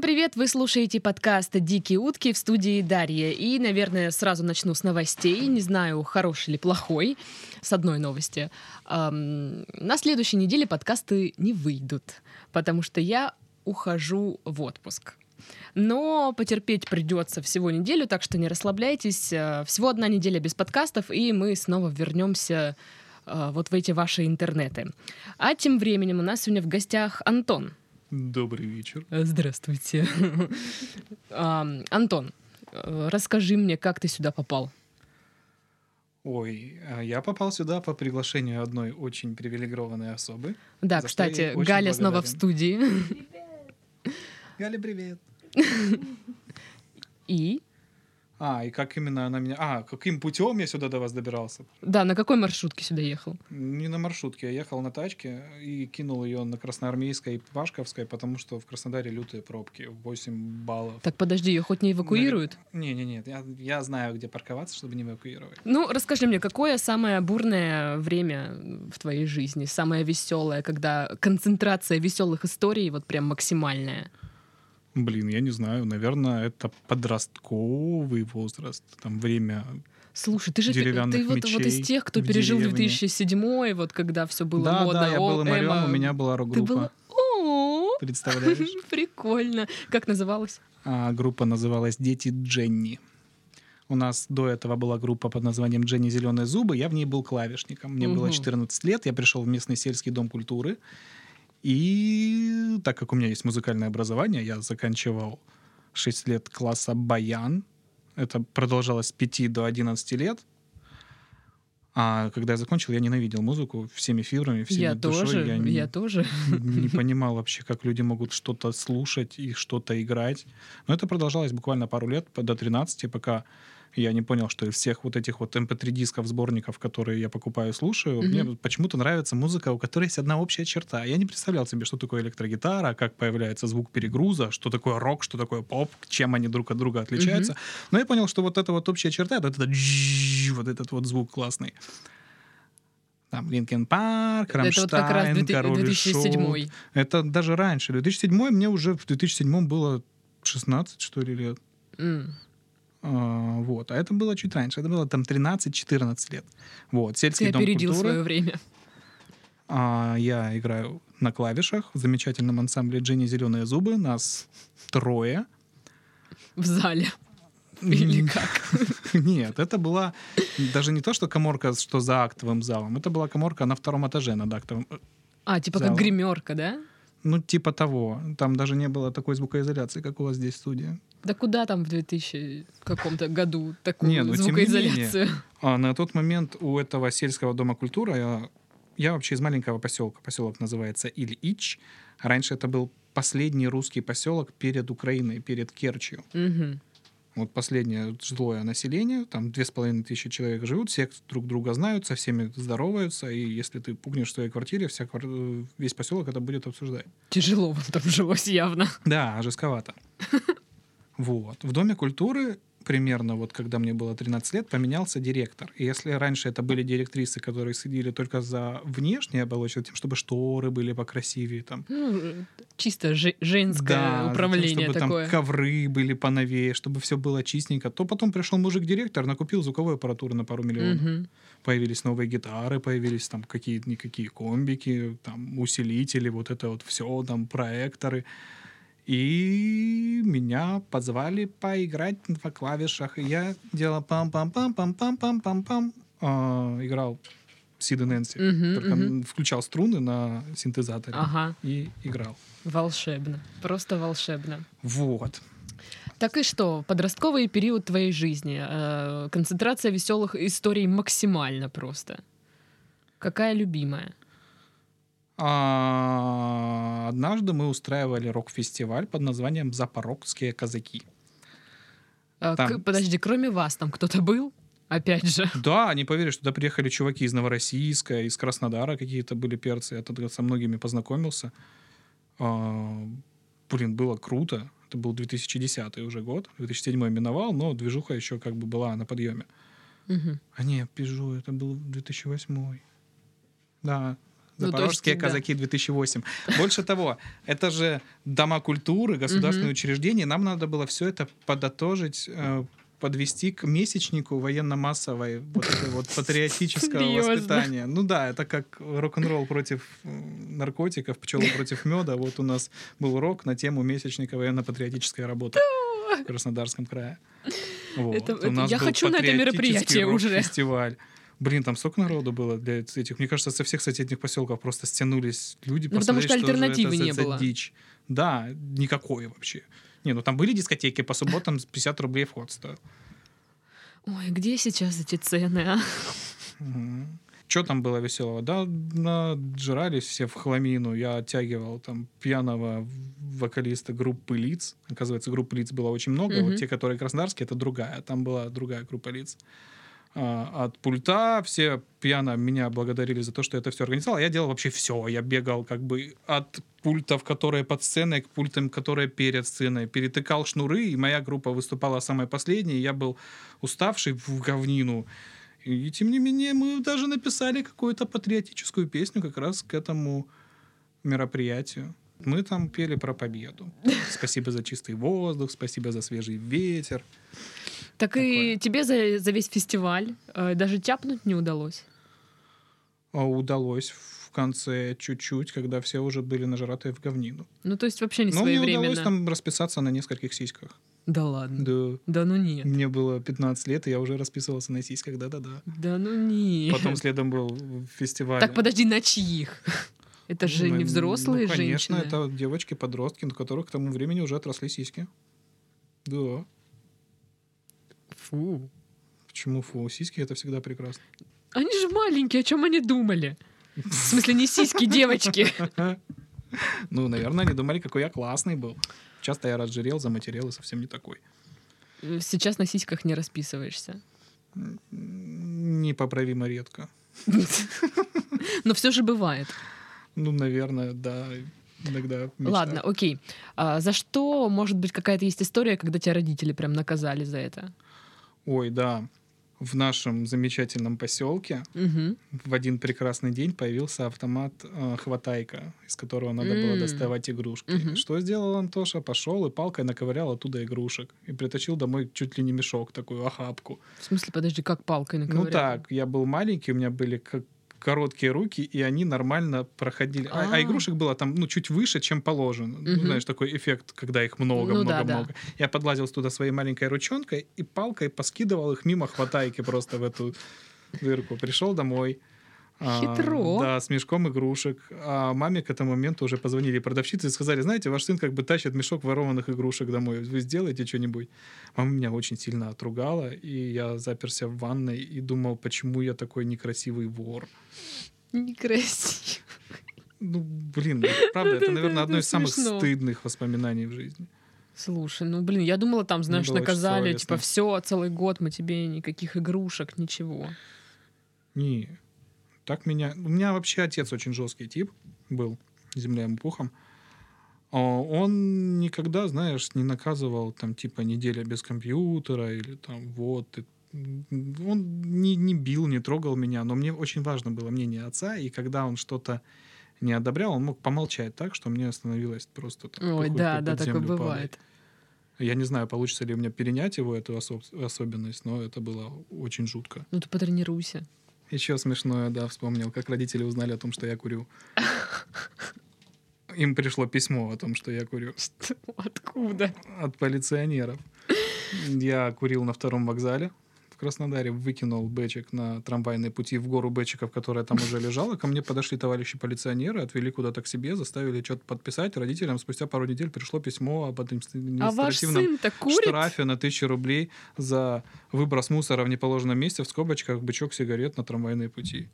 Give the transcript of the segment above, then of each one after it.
привет! Вы слушаете подкаст «Дикие утки» в студии Дарья. И, наверное, сразу начну с новостей. Не знаю, хороший или плохой, с одной новости. Эм, на следующей неделе подкасты не выйдут, потому что я ухожу в отпуск. Но потерпеть придется всего неделю, так что не расслабляйтесь. Э, Всего одна неделя без подкастов, и мы снова вернемся э, вот в эти ваши интернеты. А тем временем у нас сегодня в гостях Антон. Добрый вечер. Э, Здравствуйте. Ам, Антон, э, расскажи мне, как ты сюда попал. Ой, а я попал сюда по приглашению одной очень привилегированной особы. Да, За что я кстати, ей очень Галя снова в благодарен. студии. Галя, привет. И? А, и как именно она меня... А, каким путем я сюда до вас добирался? Да, на какой маршрутке сюда ехал? Не на маршрутке, я ехал на тачке и кинул ее на Красноармейской и Пашковской, потому что в Краснодаре лютые пробки, 8 баллов. Так, подожди, ее хоть не эвакуируют? Не-не-не, я, я знаю, где парковаться, чтобы не эвакуировать. Ну, расскажи мне, какое самое бурное время в твоей жизни, самое веселое, когда концентрация веселых историй вот прям максимальная? Блин, я не знаю, наверное, это подростковый возраст, там время... Слушай, ты же ты вот, Деревянных вот из мечей тех, кто в пережил деревне. 2007 вот когда все было да, модно. да, я о, был эмарем, эмо. у меня была Ты рок-группа. была... О, Представляешь? Прикольно. Как называлась? А, группа называлась «Дети Дженни». У нас до этого была группа под названием «Дженни Зеленые зубы». Я в ней был клавишником. Мне было Мгм. 14 лет. Я пришел в местный сельский дом культуры. И так как у меня есть музыкальное образование, я заканчивал 6 лет класса баян. Это продолжалось с 5 до 11 лет. А когда я закончил, я ненавидел музыку всеми фибрами, всеми я душой. тоже, я, не- тоже. не понимал вообще, как люди могут что-то слушать и что-то играть. Но это продолжалось буквально пару лет, п- до 13, пока я не понял, что из всех вот этих вот эм mp3-дисков, сборников, которые я покупаю и слушаю, Мгм. мне почему-то нравится музыка, у которой есть одна общая черта. Я не представлял себе, что такое электрогитара, как появляется звук перегруза, что такое рок, что такое поп, чем они друг от друга отличаются. Но я понял, что вот эта вот общая черта, это вот этот «джжж», вот этот вот звук классный. Там Линкен Парк, Это вот как раз Рамштайн, 2000- Король и Шут. 2007. Это даже раньше. 2007 мне уже в 2007 было 16, что ли, лет. М. А, вот. А это было чуть раньше. Это было там 13-14 лет. Вот. Ты Сельский дом опередил культуры. свое время. А, я играю на клавишах в замечательном ансамбле «Дженни Зеленые зубы». Нас трое. В зале. Или как? Нет, это была даже не то, что коморка, что за актовым залом. Это была коморка на втором этаже над актовым. А, типа Зал. как гримерка, да? Ну, типа того. Там даже не было такой звукоизоляции, как у вас здесь в студии. Да куда там в 2000 каком-то году такую Не, ну, тем не звукоизоляцию? А на тот момент у этого сельского дома культуры я, я вообще из маленького поселка. Поселок называется Ильич. Раньше это был последний русский поселок перед Украиной, перед Керчью. Мгм. Вот последнее злое население, там две с половиной тысячи человек живут, все друг друга знают, со всеми здороваются, и если ты пугнешь в своей квартире, вся квар- э, весь поселок это будет обсуждать. Тяжело вам там жилось явно. Да, жестковато. Вот. В Доме культуры примерно вот когда мне было 13 лет, поменялся директор. И если раньше это были директрисы, которые следили только за внешней оболочкой, тем, чтобы шторы были покрасивее, там, Ну, чисто же- женское да, за тем, управление чтобы такое. там ковры были поновее, чтобы все было чистенько, то потом пришел мужик-директор, накупил звуковую аппаратуру на пару миллионов. Мгм. Появились новые гитары, появились там какие-никакие комбики, там усилители, вот это вот все, там проекторы. И меня позвали поиграть на клавишах. И я делал пам-пам-пам-пам-пам-пам-пам-пам. А, играл Сид и Нэнси. Мгм, Только мгм. включал струны на синтезаторе Ага, и играл. волшебно. Просто волшебно. Вот. Так и что, подростковый период твоей жизни, э, концентрация веселых историй максимально просто. Какая любимая? А, Однажды мы устраивали рок-фестиваль под названием «Запорогские казаки». Э, к- Там- подожди, кроме вас там кто-то был? Опять же. Да, не поверишь, туда приехали чуваки из Новороссийска, из Краснодара какие-то были перцы. Я тогда со многими познакомился. А, Блин, было круто. Это был 2010 уже год. 2007 миновал, но движуха еще как бы была на подъеме. Мгм. А не, Пежо, это был 2008. Да, Ну, то есть, Запорожские да. казаки 2008. Больше того, это же дома культуры, государственные Мгм. учреждения. Нам надо было все это подытожить, э, подвести к месячнику военно-массовой вот этой вот патриотического Серьёзно? воспитания. Ну да, это как рок-н-ролл против м, наркотиков, пчелы против меда. Вот у нас был рок на тему месячника военно-патриотической работы в Краснодарском крае. Вот. Это- У это- нас я был хочу на это патриотический мероприятие уже. рок-фестиваль. Блин, там столько народу было для этих. Мне кажется, со всех соседних поселков просто стянулись люди. Ну, потому посмотреть, что же это альтернативы за- не за было. Дичь. Да, никакой вообще. Не, ну там были дискотеки по субботам с 50 рублей вход стоил. Ой, где сейчас эти цены, а? Что там было веселого? Да, нажрались все в хламину. Я оттягивал там пьяного вокалиста группы лиц. Оказывается, группы лиц было очень много. Мгм. Вот те, которые краснодарские, это другая. Там была другая группа лиц. А, От пульта все пьяно меня благодарили за то, что это все организовал. А Я делал вообще все. Я бегал как бы от пультов, которые под сценой, к пультам, которые перед сценой. Перетыкал шнуры, и моя группа выступала самой последней. Я был уставший в говнину. И тем не менее, мы даже написали какую-то патриотическую песню как раз к этому мероприятию. Мы там пели про победу. Спасибо за чистый воздух, спасибо за свежий ветер. Так и Такое. тебе за, за весь фестиваль э, даже тяпнуть не удалось. А удалось в конце чуть-чуть, когда все уже были нажратые в говнину. Ну, то есть вообще не Но мне удалось своевременно. там расписаться на нескольких сиськах. Да ладно. Да. Да ну нет. Мне было 15 лет, и я уже расписывался на сиськах, да-да-да. Да ну нет. Потом следом был фестиваль. Так подожди, на чьих? Это же Ну, не ну, взрослые конечно, женщины. это девочки-подростки, у которых к тому времени уже отросли сиськи. Да. Фу. Почему фу? Сиськи — это всегда прекрасно. Они же маленькие, о чем они думали? В смысле, не сиськи, девочки. Ну, наверное, они думали, какой я классный был. Часто я разжирел, заматерел и совсем не такой. Сейчас на сиськах не расписываешься. М, Непоправимо редко. Но все же бывает. Ну, наверное, да. Иногда мечта. Ладно, окей. А за что, может быть, какая-то есть история, когда тебя родители прям наказали за это? Ой, да. В нашем замечательном поселке Мгм. в один прекрасный день появился автомат э, хватайка, из которого надо было М. доставать игрушки. Мгм. Что сделал Антоша? Пошел и палкой наковырял оттуда игрушек и притащил домой чуть ли не мешок такую охапку. В смысле, подожди, как палкой наковырял? Ну так, я был маленький, у меня были как короткие руки, и они нормально проходили. А, а А. игрушек было там ну чуть выше, чем положено. Ну, Мгм. знаешь, такой эффект, когда их много, Ну много, да, да. много. Я подлазил туда своей маленькой ручонкой и палкой поскидывал их мимо хватайки просто в эту дырку. Пришел домой. а, Хитро. да, с мешком игрушек. А маме к этому моменту уже позвонили продавщицы и сказали, знаете, ваш сын как бы тащит мешок ворованных игрушек домой. Вы сделаете что-нибудь? Мама меня очень сильно отругала, и я заперся в ванной и думал, почему я такой некрасивый вор. Некрасиво. Ну, блин, ну, правда, Это- это, это- наверное, одно это из самых смешно. стыдных воспоминаний в жизни. Слушай, ну блин, я думала, там, знаешь, было очень наказали, совестно. типа, все, целый год мы тебе никаких игрушек, ничего. Не, так меня... У меня вообще отец очень жесткий тип был, земля ему пухом. А Он никогда, знаешь, не наказывал, там, типа, неделя без компьютера или там, вот, ты- он не, не бил, не трогал меня, но мне очень важно было мнение отца, и когда он что-то не одобрял, он мог помолчать так, что мне становилось просто... там, Ой, похуй, да, как да, под такое землю падать. бывает. Я не знаю, получится ли у меня перенять его, эту особ- особенность, но это было очень жутко. Ну ты потренируйся. Еще смешное, да, вспомнил, как родители узнали о том, что я курю. Им пришло письмо о том, что я курю Что? Откуда? от полиционеров. Я курил на втором вокзале в Краснодаре, выкинул бэчик на трамвайные пути в гору бэчиков, которая там уже лежала. Ко мне подошли товарищи полиционеры, отвели куда-то к себе, заставили что-то подписать. Родителям спустя пару недель пришло письмо об административном А ваш сын-то курит? штрафе на 1000 рублей за выброс мусора в неположенном месте в скобочках бычок сигарет на трамвайные пути.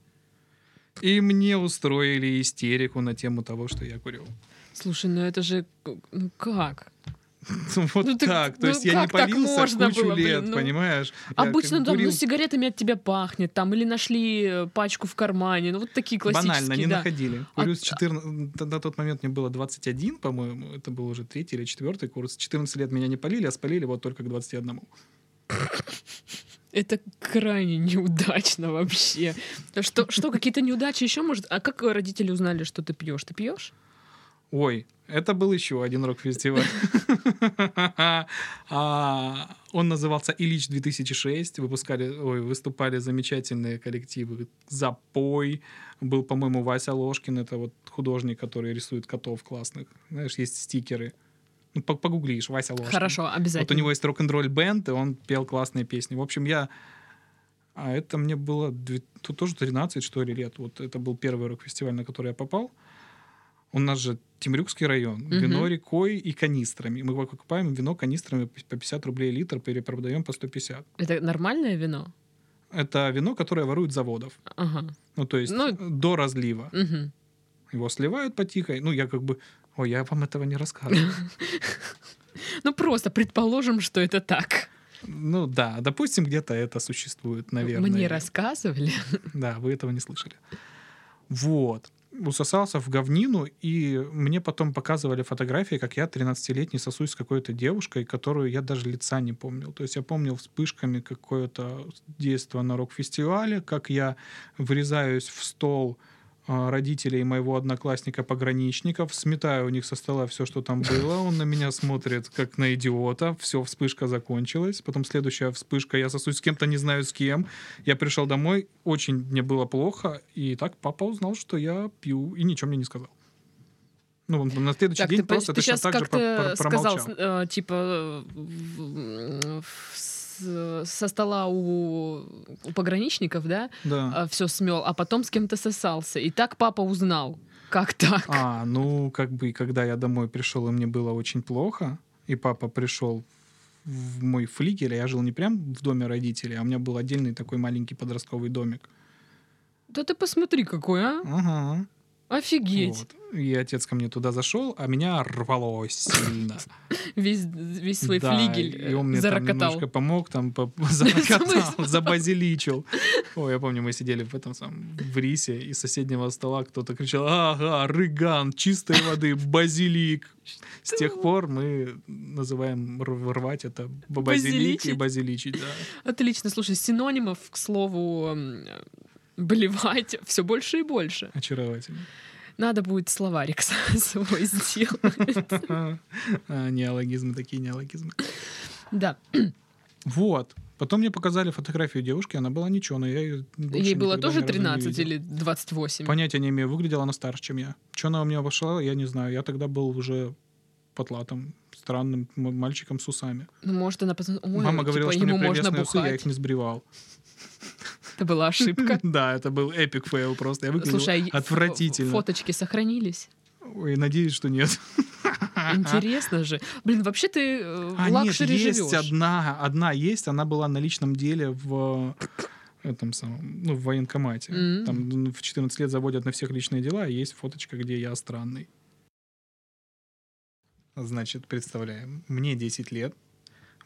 И мне устроили истерику на тему того, что я курю. Слушай, ну это же, ну как? Вот Ну ты- так. То ну есть я не как так полился можно кучу было, блин, лет, ну? понимаешь? Я Обычно как там, ну, курил сигаретами от тебя пахнет, там, или нашли э, пачку в кармане, ну вот такие классические, Банально, не да. А находили. Курю с 14... На тот момент мне было 21, по-моему. Это был уже третий или четвертый курс. 14 лет меня не полили, а спалили вот только к 21. Это крайне неудачно вообще. Что, что какие-то неудачи еще может? А как родители узнали, что ты пьешь? Ты пьешь? Ой, это был еще один рок-фестиваль. А, Он назывался Ильич 2006. Выпускали, ой, выступали замечательные коллективы. Запой. Был, по-моему, Вася Ложкин. Это вот художник, который рисует котов классных. Знаешь, есть стикеры. Ну, по- Погуглишь, Вася Ложкин. Хорошо, Вот у обязательно. него есть рок-н-ролль бенд, и он пел классные песни. В общем, я... А это мне было две- тут тоже 13, что ли, лет. Вот это был первый рок-фестиваль, на который я попал. У нас же Темрюкский район. Вино рекой и канистрами. Мы покупаем вино канистрами по 50 рублей литр, перепродаем по 150. Это нормальное вино? Это вино, которое воруют с заводов. Ага. Ну, то есть Ну- до разлива. Мгм. Его сливают потихо. Ну, я как бы... Ой, я вам этого не рассказываю. Ну просто предположим, что это так. Ну да, допустим, где-то это существует, наверное. Мне рассказывали. Да, вы этого не слышали. Вот. Усосался в говнину, и мне потом показывали фотографии, как я 13-летний сосусь с какой-то девушкой, которую я даже лица не помнил. То есть я помнил вспышками какое-то действие на рок-фестивале, как я врезаюсь в стол а, родителей моего одноклассника-пограничников, сметаю у них со стола все, что там было, он на меня смотрит как на идиота, все, вспышка закончилась, потом следующая вспышка, я сосусь с кем-то, не знаю с кем, я пришел домой, очень мне было плохо, и так папа узнал, что я пью, и ничего мне не сказал. Ну, он на следующий Так, день ты, просто точно сейчас так же как-то пр- пр- сказал, промолчал. с- э, типа, э, в- в- с- со стола у, у пограничников, да, Да. все смел, а потом с кем-то сосался. И так папа узнал. Как так? А, ну, как бы, когда я домой пришел, и мне было очень плохо, и папа пришел в мой флигель, а я жил не прям в доме родителей, а у меня был отдельный такой маленький подростковый домик. Да ты посмотри, какой, а? Ага. Офигеть. Вот. И отец ко мне туда зашел, а меня рвало сильно. Весь, весь свой Да, флигель И он мне э, там зарокотал. немножко помог, там по- зарокотал, смысле? забазиличил. Ой, я помню, мы сидели в этом самом, в рисе, и с соседнего стола кто-то кричал, ага, рыган, чистой воды, базилик. С тех пор мы называем р- рвать это базилик и Базиличить. базиличить, да. Отлично, слушай, синонимов, к слову, м, э, блевать все больше и больше. Очаровательно. Надо будет словарик с- свой сделать. А, Неологизмы такие, неологизмы. Да, Вот. Потом мне показали фотографию девушки, она была ничего, но я ее больше ей было никогда тоже ни разу не 13 видел. или 28. Понятия не имею, выглядела она старше, чем я. Че она у меня обошла, я не знаю. Я тогда был уже потлатым, странным м- мальчиком с усами. Ну, может, она потом... Ой, Мама типа, говорила, что у ему меня можно прелестные усы, я бухать. их не сбривал. Это была ошибка. Да, это был эпик фейл просто. Я выглядел Слушай, а е- фо- отвратительно. фоточки сохранились? Ой, надеюсь, что нет. Интересно же. Блин, вообще ты э, А, нет, лакшери есть живешь. одна, одна есть, она была на личном деле в э, этом самом, ну, в военкомате. М. Там ну, в 14 лет заводят на всех личные дела, а есть фоточка, где я странный. Значит, представляем, мне 10 лет,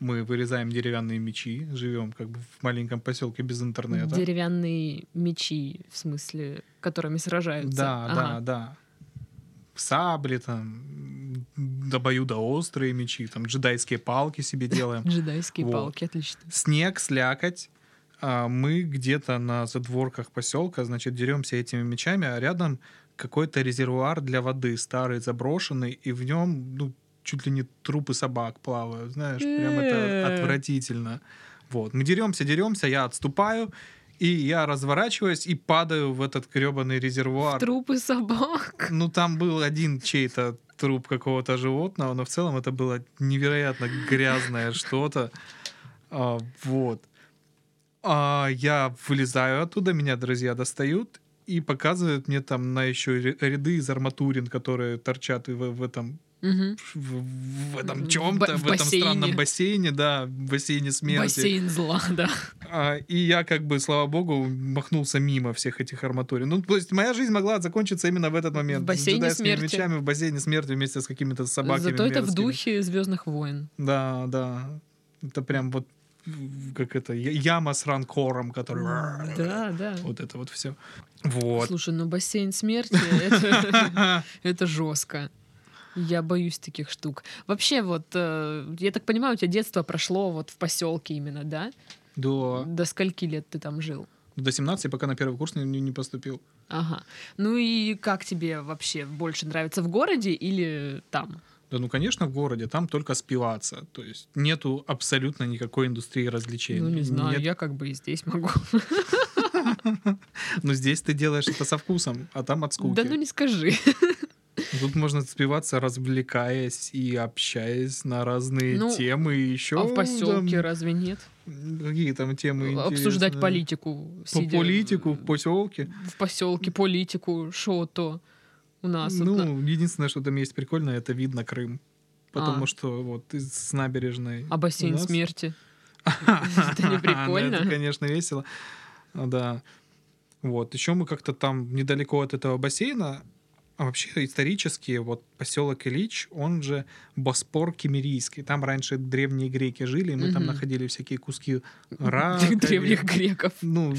мы вырезаем деревянные мечи, живем как бы в маленьком поселке без интернета. Деревянные мечи, в смысле, которыми сражаются. Да, да, Ага. да. Сабли там, добою до острые мечи, там джедайские палки себе делаем. Джедайские Вот. палки, отлично. снег, слякоть. а Мы где-то на задворках поселка, значит, деремся этими мечами, а рядом какой-то резервуар для воды, старый, заброшенный, и в нем, ну, чуть ли не трупы собак плавают, знаешь, прям это Э. отвратительно. Вот, мы деремся, деремся, я отступаю, и я разворачиваюсь и падаю в этот гребаный резервуар. Трупы собак. Ну, там был один чей-то труп какого-то животного, но в целом это было невероятно грязное что-то. А, вот. А, я вылезаю оттуда, меня друзья достают и показывают мне там на еще ре- ряды из арматурин, которые торчат в, в этом Мгм. в, в этом В чем-то, ба- в, в этом странном бассейне. бассейне, да, в бассейне смерти. Бассейн зла, да. А, и я, как бы, слава богу, махнулся мимо всех этих арматурин. Ну, то есть моя жизнь могла закончиться именно в этот момент. В бассейне с джедайскими смерти. мечами в бассейне смерти вместе с какими-то собаками. Зато это в мерзкими. духе Звездных войн. Да, да. Это прям вот м, как это, я- яма с ранкором, который... Да, да. Вот это вот все. Вот. Слушай, ну бассейн смерти это- это жестко. Я боюсь таких штук. Вообще, вот э, я так понимаю, у тебя детство прошло вот в поселке именно, да? До, До скольки лет ты там жил? до 17, пока на первый курс не, не- не поступил. Ага. Ну и как тебе вообще больше нравится в городе или там? Да, ну, конечно, в городе там только спиваться. То есть нету абсолютно никакой индустрии развлечений. ну не знаю, Нет. я как бы и здесь могу. Но здесь ты делаешь это со вкусом, а там от скуки. Да ну не скажи. Тут можно спиваться, развлекаясь и общаясь на разные Ну, темы и еще. а в поселке разве нет? А Какие там темы Обсуждать интересные. политику. Ну, По сидя политику в поселке. В э, поселке политику, шо то у нас. вот ну, на- единственное, что там есть прикольное, это видно Крым. Потому А. что вот из- с набережной. А бассейн у нас- смерти. Это не прикольно. Это, конечно, весело. А, Да. Вот. Еще мы как-то там недалеко от этого бассейна. А вообще исторически вот поселок Ильич, он же Боспор Кемерийский. Там раньше древние греки жили, и мы там Мгм. находили всякие куски раковин. Древних греков. Ну,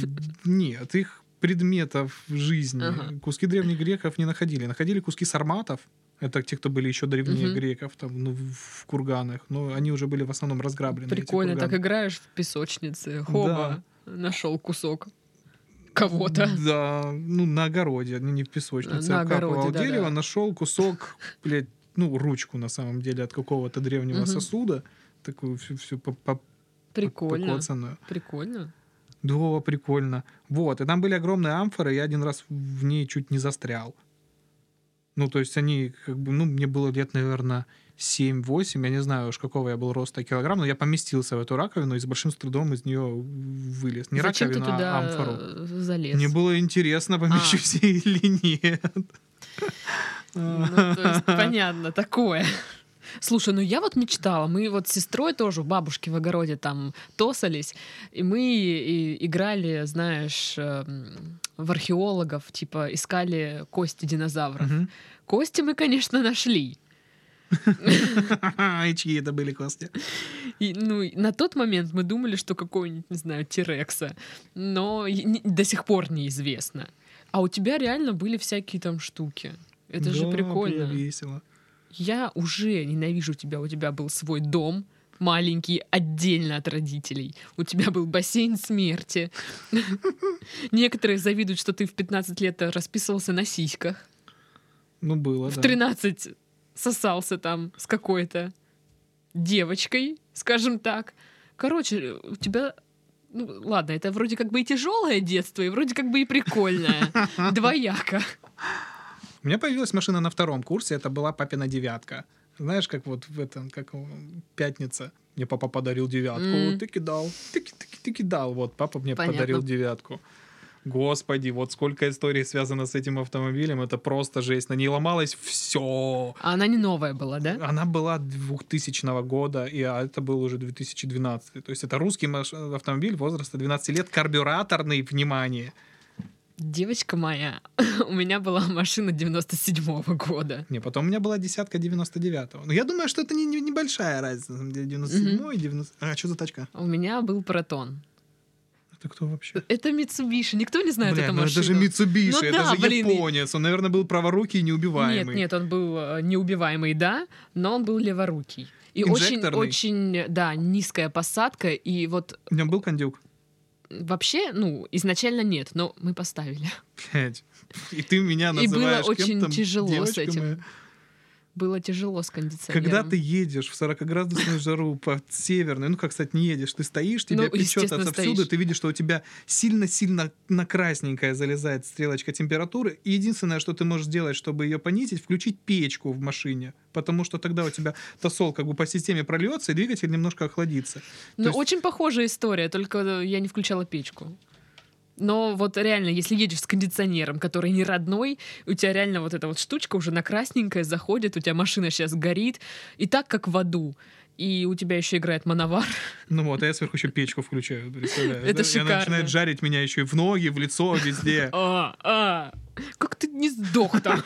нет, их предметов в жизни. Ага. Куски древних греков не находили. Находили куски сарматов. Это те, кто были еще древнее Мгм. греков, там, ну, в прикурганах. Но они уже были в основном разграблены. эти Прикольно, так курганы. играешь в песочнице. Хоба, нашел кусок кого-то. Да, ну, на огороде, ну, не в песочнице. а. На Я обкапывал огороде, да-да. дерево, нашел кусок, блядь, ну, ручку, на самом деле, от какого-то древнего Мгм. сосуда. Такую всю, всю по- по- Прикольно. покоцанную. Прикольно. Да, прикольно. Вот, и там были огромные амфоры, я один раз в ней чуть не застрял. Ну, то есть они, как бы, ну, мне было лет, наверное, 7-8, я не знаю уж, какого я был роста килограмм, но я поместился в эту раковину и с большим трудом из нее вылез. Не Зачем ты раковину, туда а амфору. э, залез? Мне было интересно, А. помещусь я или нет. Ну, то есть, понятно, такое. Слушай, ну я вот мечтала, мы вот с сестрой тоже у бабушки в огороде там тосались, и мы и- играли, знаешь, эм, в археологов, типа искали кости динозавров. Мгм. Кости мы, конечно, нашли. И чьи это были кости? И, ну, и на тот момент мы думали, что какой-нибудь, не знаю, Тирекса, но и не- до сих пор неизвестно. А у тебя реально были всякие там штуки. Это же Да, прикольно. было весело. Я уже ненавижу тебя. У тебя был свой дом, маленький, отдельно от родителей. У тебя был бассейн смерти. Некоторые завидуют, что ты в 15 лет расписывался на сиськах. Ну, было, В да. 13 сосался там с какой-то девочкой, скажем так. Короче, у тебя... Ну, ладно, это вроде как бы и тяжелое детство, и вроде как бы и прикольное. Двояко. У меня появилась машина на втором курсе, это была папина девятка. Знаешь, как вот в этом, как м, пятница. Мне папа подарил девятку. М. Ты кидал, ты, ки- ты, ки- ты кидал. Вот, папа мне Понятно. подарил девятку. Господи, вот сколько историй связано с этим автомобилем. Это просто жесть. На ней ломалось все. А она не новая была, да? Она была 2000 года, и а это был уже 2012. То есть это русский маш- автомобиль возраста 12 лет, карбюраторный, внимание. Девочка моя, у меня была машина 97-го года. Не, потом у меня была десятка 99-го. Но я думаю, что это не, не- небольшая разница. на самом деле, 97-й, 90... А, что за тачка? У меня был протон. Это кто вообще? Это Mitsubishi. Никто не знает Бля, эту ну это машину. же Mitsubishi, Ну это да, же блин, и- японец. Он, наверное, был праворукий и Нет, неубиваемый. нет, он был э, неубиваемый, да, но он был леворукий. И Инжекторный? очень-очень, да, низкая посадка. И вот У него был кондюк. вообще, ну, изначально нет, но мы поставили. Блядь. И ты меня И было называешь очень кем-то, тяжело с девочка этим. моя. Было тяжело с кондиционером. Когда ты едешь в 40-градусную жару по северной, ну как, кстати, не едешь, ты стоишь, тебя Ну, печет естественно, отовсюду, стоишь. ты видишь, что у тебя сильно-сильно на красненькое залезает стрелочка температуры, и единственное, что ты можешь сделать, чтобы ее понизить, включить печку в машине, потому что тогда у тебя тосол как бы по системе прольется, и двигатель немножко охладится. Ну, То есть- очень похожая история, только я не включала печку. Но вот реально, если едешь с кондиционером, который не родной, у тебя реально вот эта вот штучка уже на красненькое заходит, у тебя машина сейчас горит, и так как в аду. И у тебя еще играет мановар. Ну вот, а я сверху еще печку включаю, представляешь? Это да? И шикарно. она начинает жарить меня еще и в ноги, в лицо, везде. А, а, как ты не сдох там?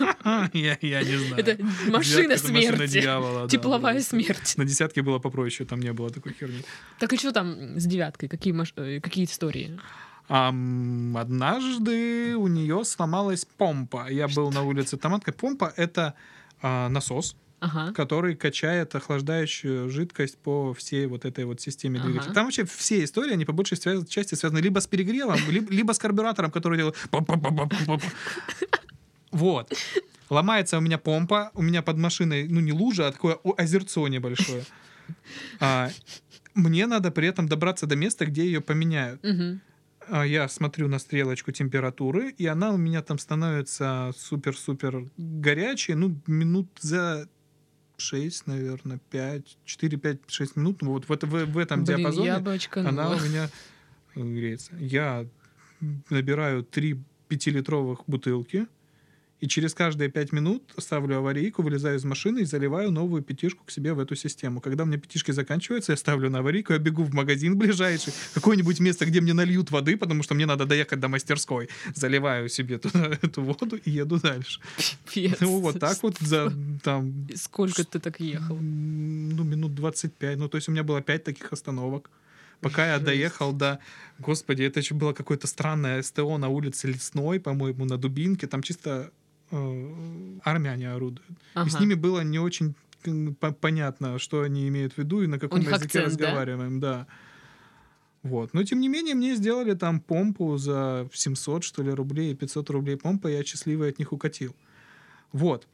Я я не знаю. Это А, Девятка, машина это машина смерти. дьявола, да, Тепловая вот. смерть. На десятке было попроще, там не было такой херни. Так и что там с девяткой? Какие, маш- э, какие истории? Ам, однажды у нее сломалась помпа. Я был на улице Томатка. Помпа — это а, насос, Ага. который качает охлаждающую жидкость по всей вот этой вот системе Ага. двигателя. Там вообще все истории, они по большей свя- части связаны либо с перегревом, либо, либо с карбюратором, который делает... па-па-па-па-па-па. Вот. Ломается у меня помпа, у меня под машиной, ну, не лужа, а такое о- озерцо небольшое. А, мне надо при этом добраться до места, где ее поменяют. Мгм. А Я смотрю на стрелочку температуры, и она у меня там становится супер-супер горячей, ну, минут за 6, наверное, 5, 4, 5, 6 минут, ну, вот в, это- в- в этом Блин, ну, диапазоне я бы очканула. она у меня греется. Я набираю 3 пятилитровых бутылки, и через каждые 5 минут ставлю аварийку, вылезаю из машины и заливаю новую пятишку к себе в эту систему. Когда у меня пятишки заканчиваются, я ставлю на аварийку, я бегу в магазин ближайший, какое-нибудь место, где мне нальют воды, потому что мне надо доехать до мастерской. Заливаю себе туда эту воду и еду дальше. Пипец. Ну, вот так вот за там... Сколько ты так ехал? м, Ну, минут 25. Ну, то есть у меня было 5 таких остановок. Пока я Жесть. доехал до... Господи, это еще было какое-то странное СТО на улице Лесной, по-моему, на Дубинке. Там чисто э, армяне орудуют. И с Ага. ними было не очень м, по- понятно, что они имеют в виду и на каком них языке акцент, да? разговариваем, да? Вот. Но, тем не менее, мне сделали там помпу за 700, что ли, рублей, 500 рублей помпа, я счастливый от них укатил. Вот.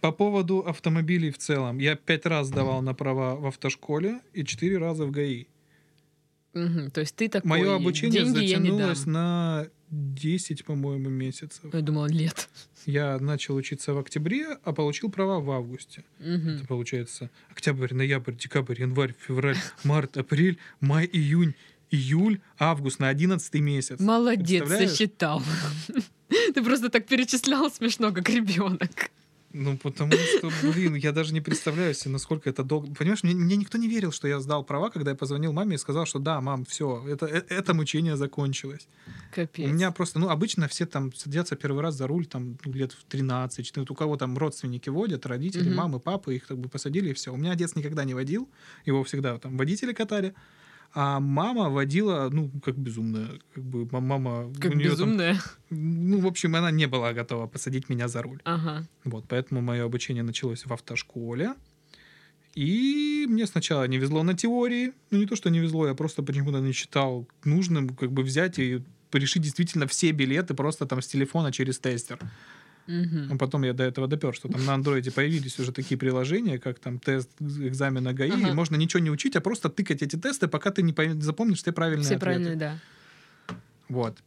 По поводу автомобилей в целом. Я пять раз сдавал на права в автошколе и четыре раза в ГАИ. Мгм. То есть ты такой... Мое обучение Деньги я не дам. затянулось на 10, по-моему, месяцев. Я думала, лет. Я начал учиться в октябре, а получил права в августе. Это Мгм. получается октябрь, ноябрь, декабрь, январь, февраль, март, апрель, май, июнь, июль, август на 11 месяц. Молодец, Представляешь? засчитал. Ты просто так перечислял смешно, как ребенок. Ну, потому что, блин, я даже не представляю себе, насколько это долго. Понимаешь, мне, мне никто не верил, что я сдал права, когда я позвонил маме и сказал, что да, мам, все, это, э- это мучение закончилось. Капец. У меня просто, ну, обычно все там садятся первый раз за руль, там, ну, лет в 13, 14. У кого там родственники водят, родители, Мгм. мамы, папы, их как бы посадили, и все. У меня отец никогда не водил, его всегда там водители катали. А мама водила, ну, как безумная, как бы м- мама... Как у неё там- безумная. ну, в общем, она не была готова посадить меня за руль. Ага. Вот, поэтому мое обучение началось в автошколе. И мне сначала не везло на теории. Ну, не то, что не везло, я просто почему-то не считал нужным как бы взять и решить действительно все билеты просто там с телефона через тестер. Мгм. А потом я до этого допер, что там на андроиде появились уже такие приложения, как там тест экзамена ГАИ, Ага. и можно ничего не учить, а просто тыкать эти тесты, пока ты не пойм- запомнишь все правильные Все ответы. правильно, да. Вот.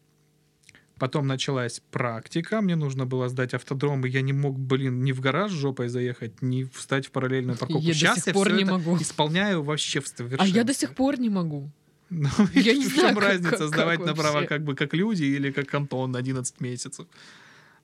Потом началась практика, мне нужно было сдать автодром, и я не мог, блин, ни в гараж жопой заехать, ни встать в параллельную парковку. Я до Сейчас сих я пор всё не это могу. исполняю вообще в А я до сих пор не могу. Ну, я не в знаю, чем как- разница, как- сдавать как на права вообще. как бы как люди или как Антон на 11 месяцев.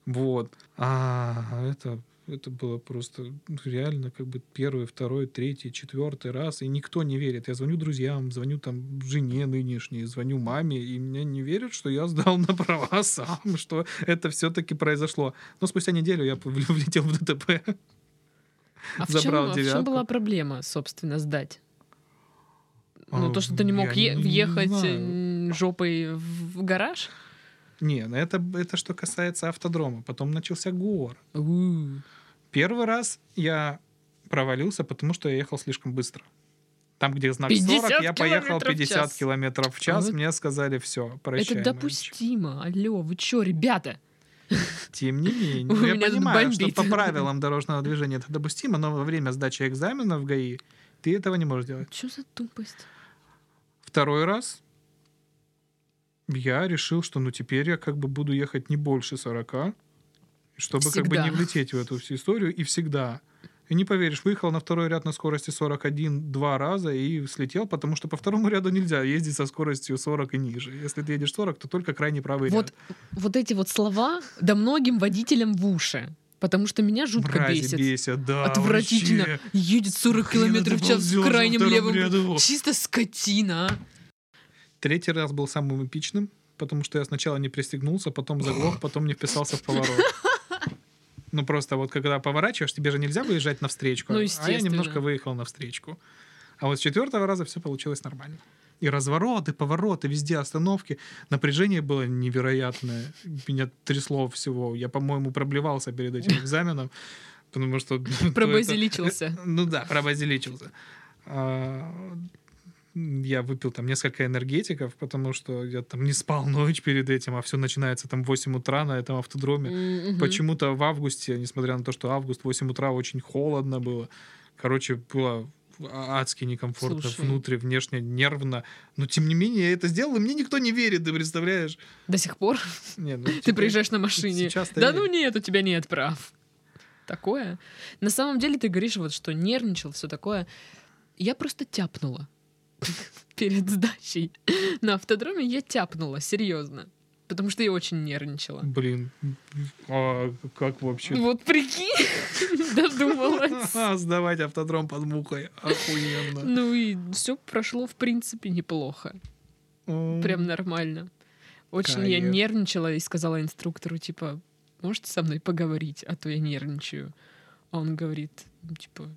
Вот. А это, это было просто ну, реально как бы первый, второй, третий, четвертый раз, и никто не верит. Я звоню друзьям, звоню там жене нынешней, звоню маме, и мне не верят, что я сдал на права сам, что это все-таки произошло. Но спустя неделю я пов- влетел в ДТП. А в чем, Забрал а в чем девятку. была проблема, собственно, сдать? Ну, А, то, что ты не мог я е- не въехать знаю. э, жопой в в гараж? Не, ну это, это что касается автодрома. Потом начался гор. У. Первый раз я провалился, потому что я ехал слишком быстро. Там, где знак 50 40, я поехал километров в 50 час. километров в час. вот Мне сказали, все, прощай. Это мальчик». допустимо. Алло, вы чё, ребята? Тем не менее, У я меня тут понимаю, что бомбит. по правилам дорожного движения это допустимо, но во время сдачи экзамена в ГАИ ты этого не можешь делать. Что за тупость? Второй раз я решил, что ну теперь я как бы буду ехать не больше 40, чтобы как бы Всегда. не влететь в эту всю историю и всегда. И не поверишь, выехал на второй ряд на скорости 41 два раза и слетел, потому что по второму ряду нельзя ездить со скоростью 40 и ниже. Если ты едешь 40, то только крайний правый Вот, ряд. вот эти вот слова да многим водителям в уши. Потому что меня жутко Мрази бесит. бесят, да, Отвратительно. вообще. Едет 40 Хрена километров в ты час в балдёж во крайнем втором левом. ряду. Чисто скотина. а. Третий раз был самым эпичным, потому что я сначала не пристегнулся, потом заглох, потом не вписался в поворот. Ну просто вот когда поворачиваешь, тебе же нельзя выезжать навстречку. Ну, а я естественно. немножко выехал навстречку. А вот с четвертого раза все получилось нормально. И развороты, повороты, везде остановки. Напряжение было невероятное. Меня трясло всего. Я, по-моему, проблевался перед этим экзаменом. потому что... Пробазиличился. Ну да, пробазиличился. А, Я выпил там несколько энергетиков, потому что я там не спал ночь перед этим, а все начинается там в 8 утра на этом автодроме. М, мгм. Почему-то в августе, несмотря на то, что август, 8 утра очень холодно было. Короче, было а, адски некомфортно Слушай. внутри, внешне, нервно. Но, тем не менее, я это сделал, и мне никто не верит, ты представляешь? До сих пор Не, ну, ты теперь- приезжаешь на машине. сейчас-то Да верю. ну нет, у тебя нет прав. Такое. На самом деле ты говоришь вот, что нервничал, все такое. Я просто тяпнула перед сдачей. На автодроме я тяпнула, серьезно. Потому что я очень нервничала. Блин, а как вообще? Вот прикинь, додумалась. А, Сдавать автодром под мухой. Охуенно. Ну и все прошло, в принципе, неплохо. Прям нормально. Очень я Кайф. нервничала и сказала инструктору, типа, можете со мной поговорить, а то я нервничаю. А он говорит, ну, типа,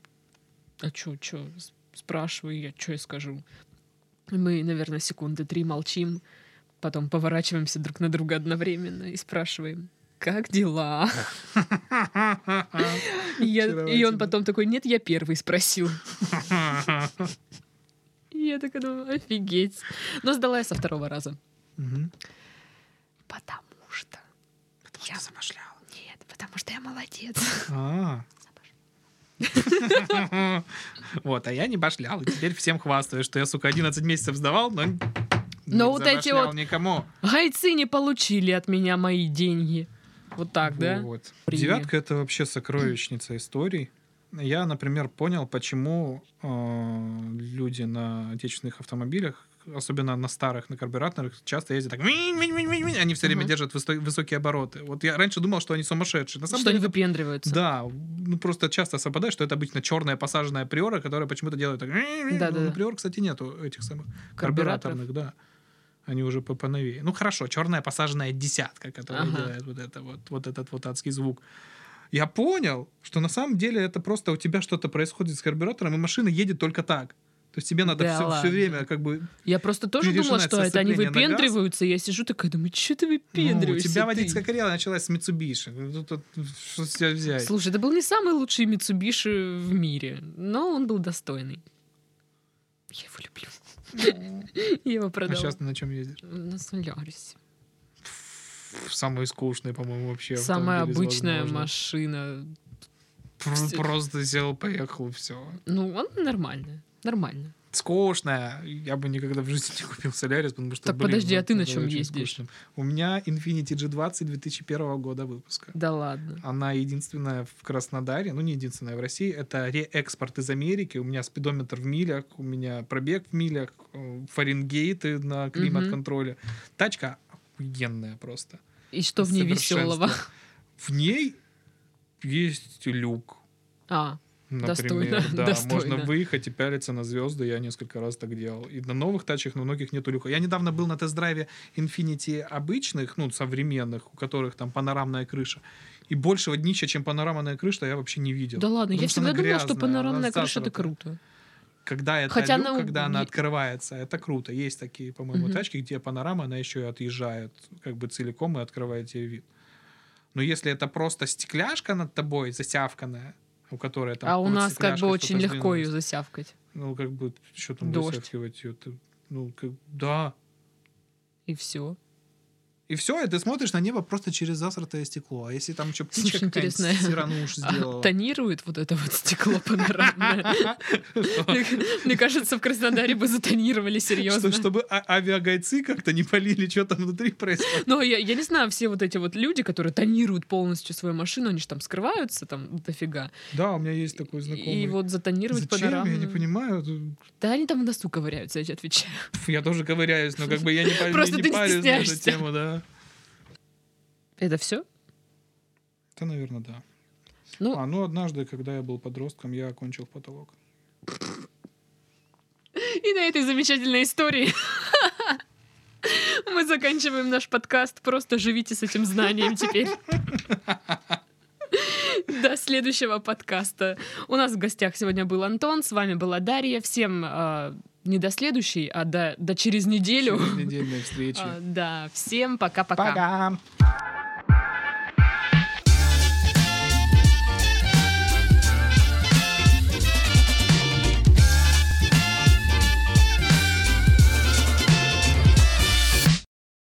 а чё, чё, С- спрашивай, я чё я скажу. И Мы, наверное, секунды три молчим, потом поворачиваемся друг на друга одновременно и спрашиваем, как дела? И, я- и он Очаровательно. потом такой, нет, я первый спросил. И я такая думаю, офигеть. Но сдала я со второго раза. Мгм. Потому что... Потому Я- что замышлял. Нет, потому что я молодец. А. Вот, а я не башлял, и теперь всем хвастаюсь, что я, сука, 11 месяцев сдавал, но не Но вот эти забашлял вот- никому. Гайцы не получили от меня мои деньги. Вот так, да? Вот. Привет. Девятка — это вообще сокровищница историй. Я, например, понял, почему э, люди на отечественных автомобилях, особенно на старых, на карбюраторах, часто ездят так. «Минь-минь-минь-минь-минь». Они все время Мгм. держат высо- высокие обороты. Вот я раньше думал, что они сумасшедшие. На самом Что они деле, это- выпендриваются. да, ну просто часто совпадает, что это обычно черная посаженная приора, которая почему-то делает так. «Минь-минь-минь». Да-да-да. Ну, у приор, кстати, нету этих самых Карбюраторов. карбюраторных, да. Они уже по- поновее. Ну хорошо, черная посаженная десятка, которая Ага. делает вот, это, вот, вот этот вот адский звук. Я понял, что на самом деле это просто у тебя что-то происходит с карбюратором, и машина едет только так. То есть тебе надо Да все, ладно. время как бы... ну, Я просто тоже думала, Пережинать что это они сцепление на газ. выпендриваются. и Я сижу такая, думаю, что ты Ну, у выпендриваешься? тебя ты?» водительская карьера началась с Mitsubishi. Ну, тут- тут Что с тебя взять? Слушай, это был не самый лучший Митсубиши в мире, но он был достойный. Я его люблю. Я его А продала. сейчас ты на чем ездишь? На Солярисе. Самый скучный, по-моему, вообще. Самая автомобиль из обычная возможных. машина. Пр- Просто сел, поехал, все. Ну, он нормально. Нормально. скучная. Я бы никогда в жизни не купил Солярис, потому что, Так блин, подожди, а вот ты на это чём очень ездишь? скучно. У меня Infinity G20 2001 года выпуска. Да ладно. Она единственная в Краснодаре, ну не единственная в России, это реэкспорт из Америки. У меня спидометр в милях, у меня пробег в милях, э, фаренгейты на климат-контроле. Тачка охуенная просто. И что в ней Совершенство. веселого? В ней есть люк, А, Например, Достойно, да, достойно. можно выехать и пялиться на звезды. Я несколько раз так делал. И на новых тачках, на многих нету люка. Я недавно был на тест-драйве Infinity обычных, ну, современных, у которых там панорамная крыша. И большего днища, чем панорамная крыша, я вообще не видел. да ладно, я Потому что всегда она думала, что грязная, она панорамная крыша это засрата. круто. Когда это Хотя люк, она у- когда она е- открывается, это круто. Есть такие, по-моему, Мгм. тачки, где панорама, она еще и отъезжает как бы целиком и открывает тебе вид. Но если это просто стекляшка над тобой, засявканная, у которой там а у под нас как бы стекляшкой очень что-то легко ее сдвинулось. засявкать. Ну, как бы, что там Дождь. высверкивать её? Ты- Ну, как, да. И все. И все, и ты смотришь на небо просто через засратое стекло. А если там еще птичка Слушай, какая-нибудь интересно. А, сирануш сделала? тонирует вот это вот стекло панорамное. Мне- Мне кажется, в Краснодаре бы затонировали серьезно. Что- Чтобы а- авиагайцы как-то не полили, что там внутри происходит. Но я, я не знаю, все вот эти вот люди, которые тонируют полностью свою машину, они же там скрываются там дофига. Да, у меня есть такой знакомый. И вот затонировать Зачем? Я не панораму. понимаю. Да они там в носу ковыряются, я тебе отвечаю. Пф, Я тоже ковыряюсь, но как бы я не пар- Просто не ты не парюсь на эту стесняешься. тему, да. Это все? Это, наверное, да. Ну. А, ну, однажды, когда я был подростком, я окончил потолок. И на этой замечательной истории мы заканчиваем наш подкаст. Просто живите с этим знанием теперь. До следующего подкаста. У нас в гостях сегодня был Антон, с вами была Дарья. Всем э, не до следующей, а до, до через неделю. Через недельные встречи. Э, да, всем пока-пока. Пока!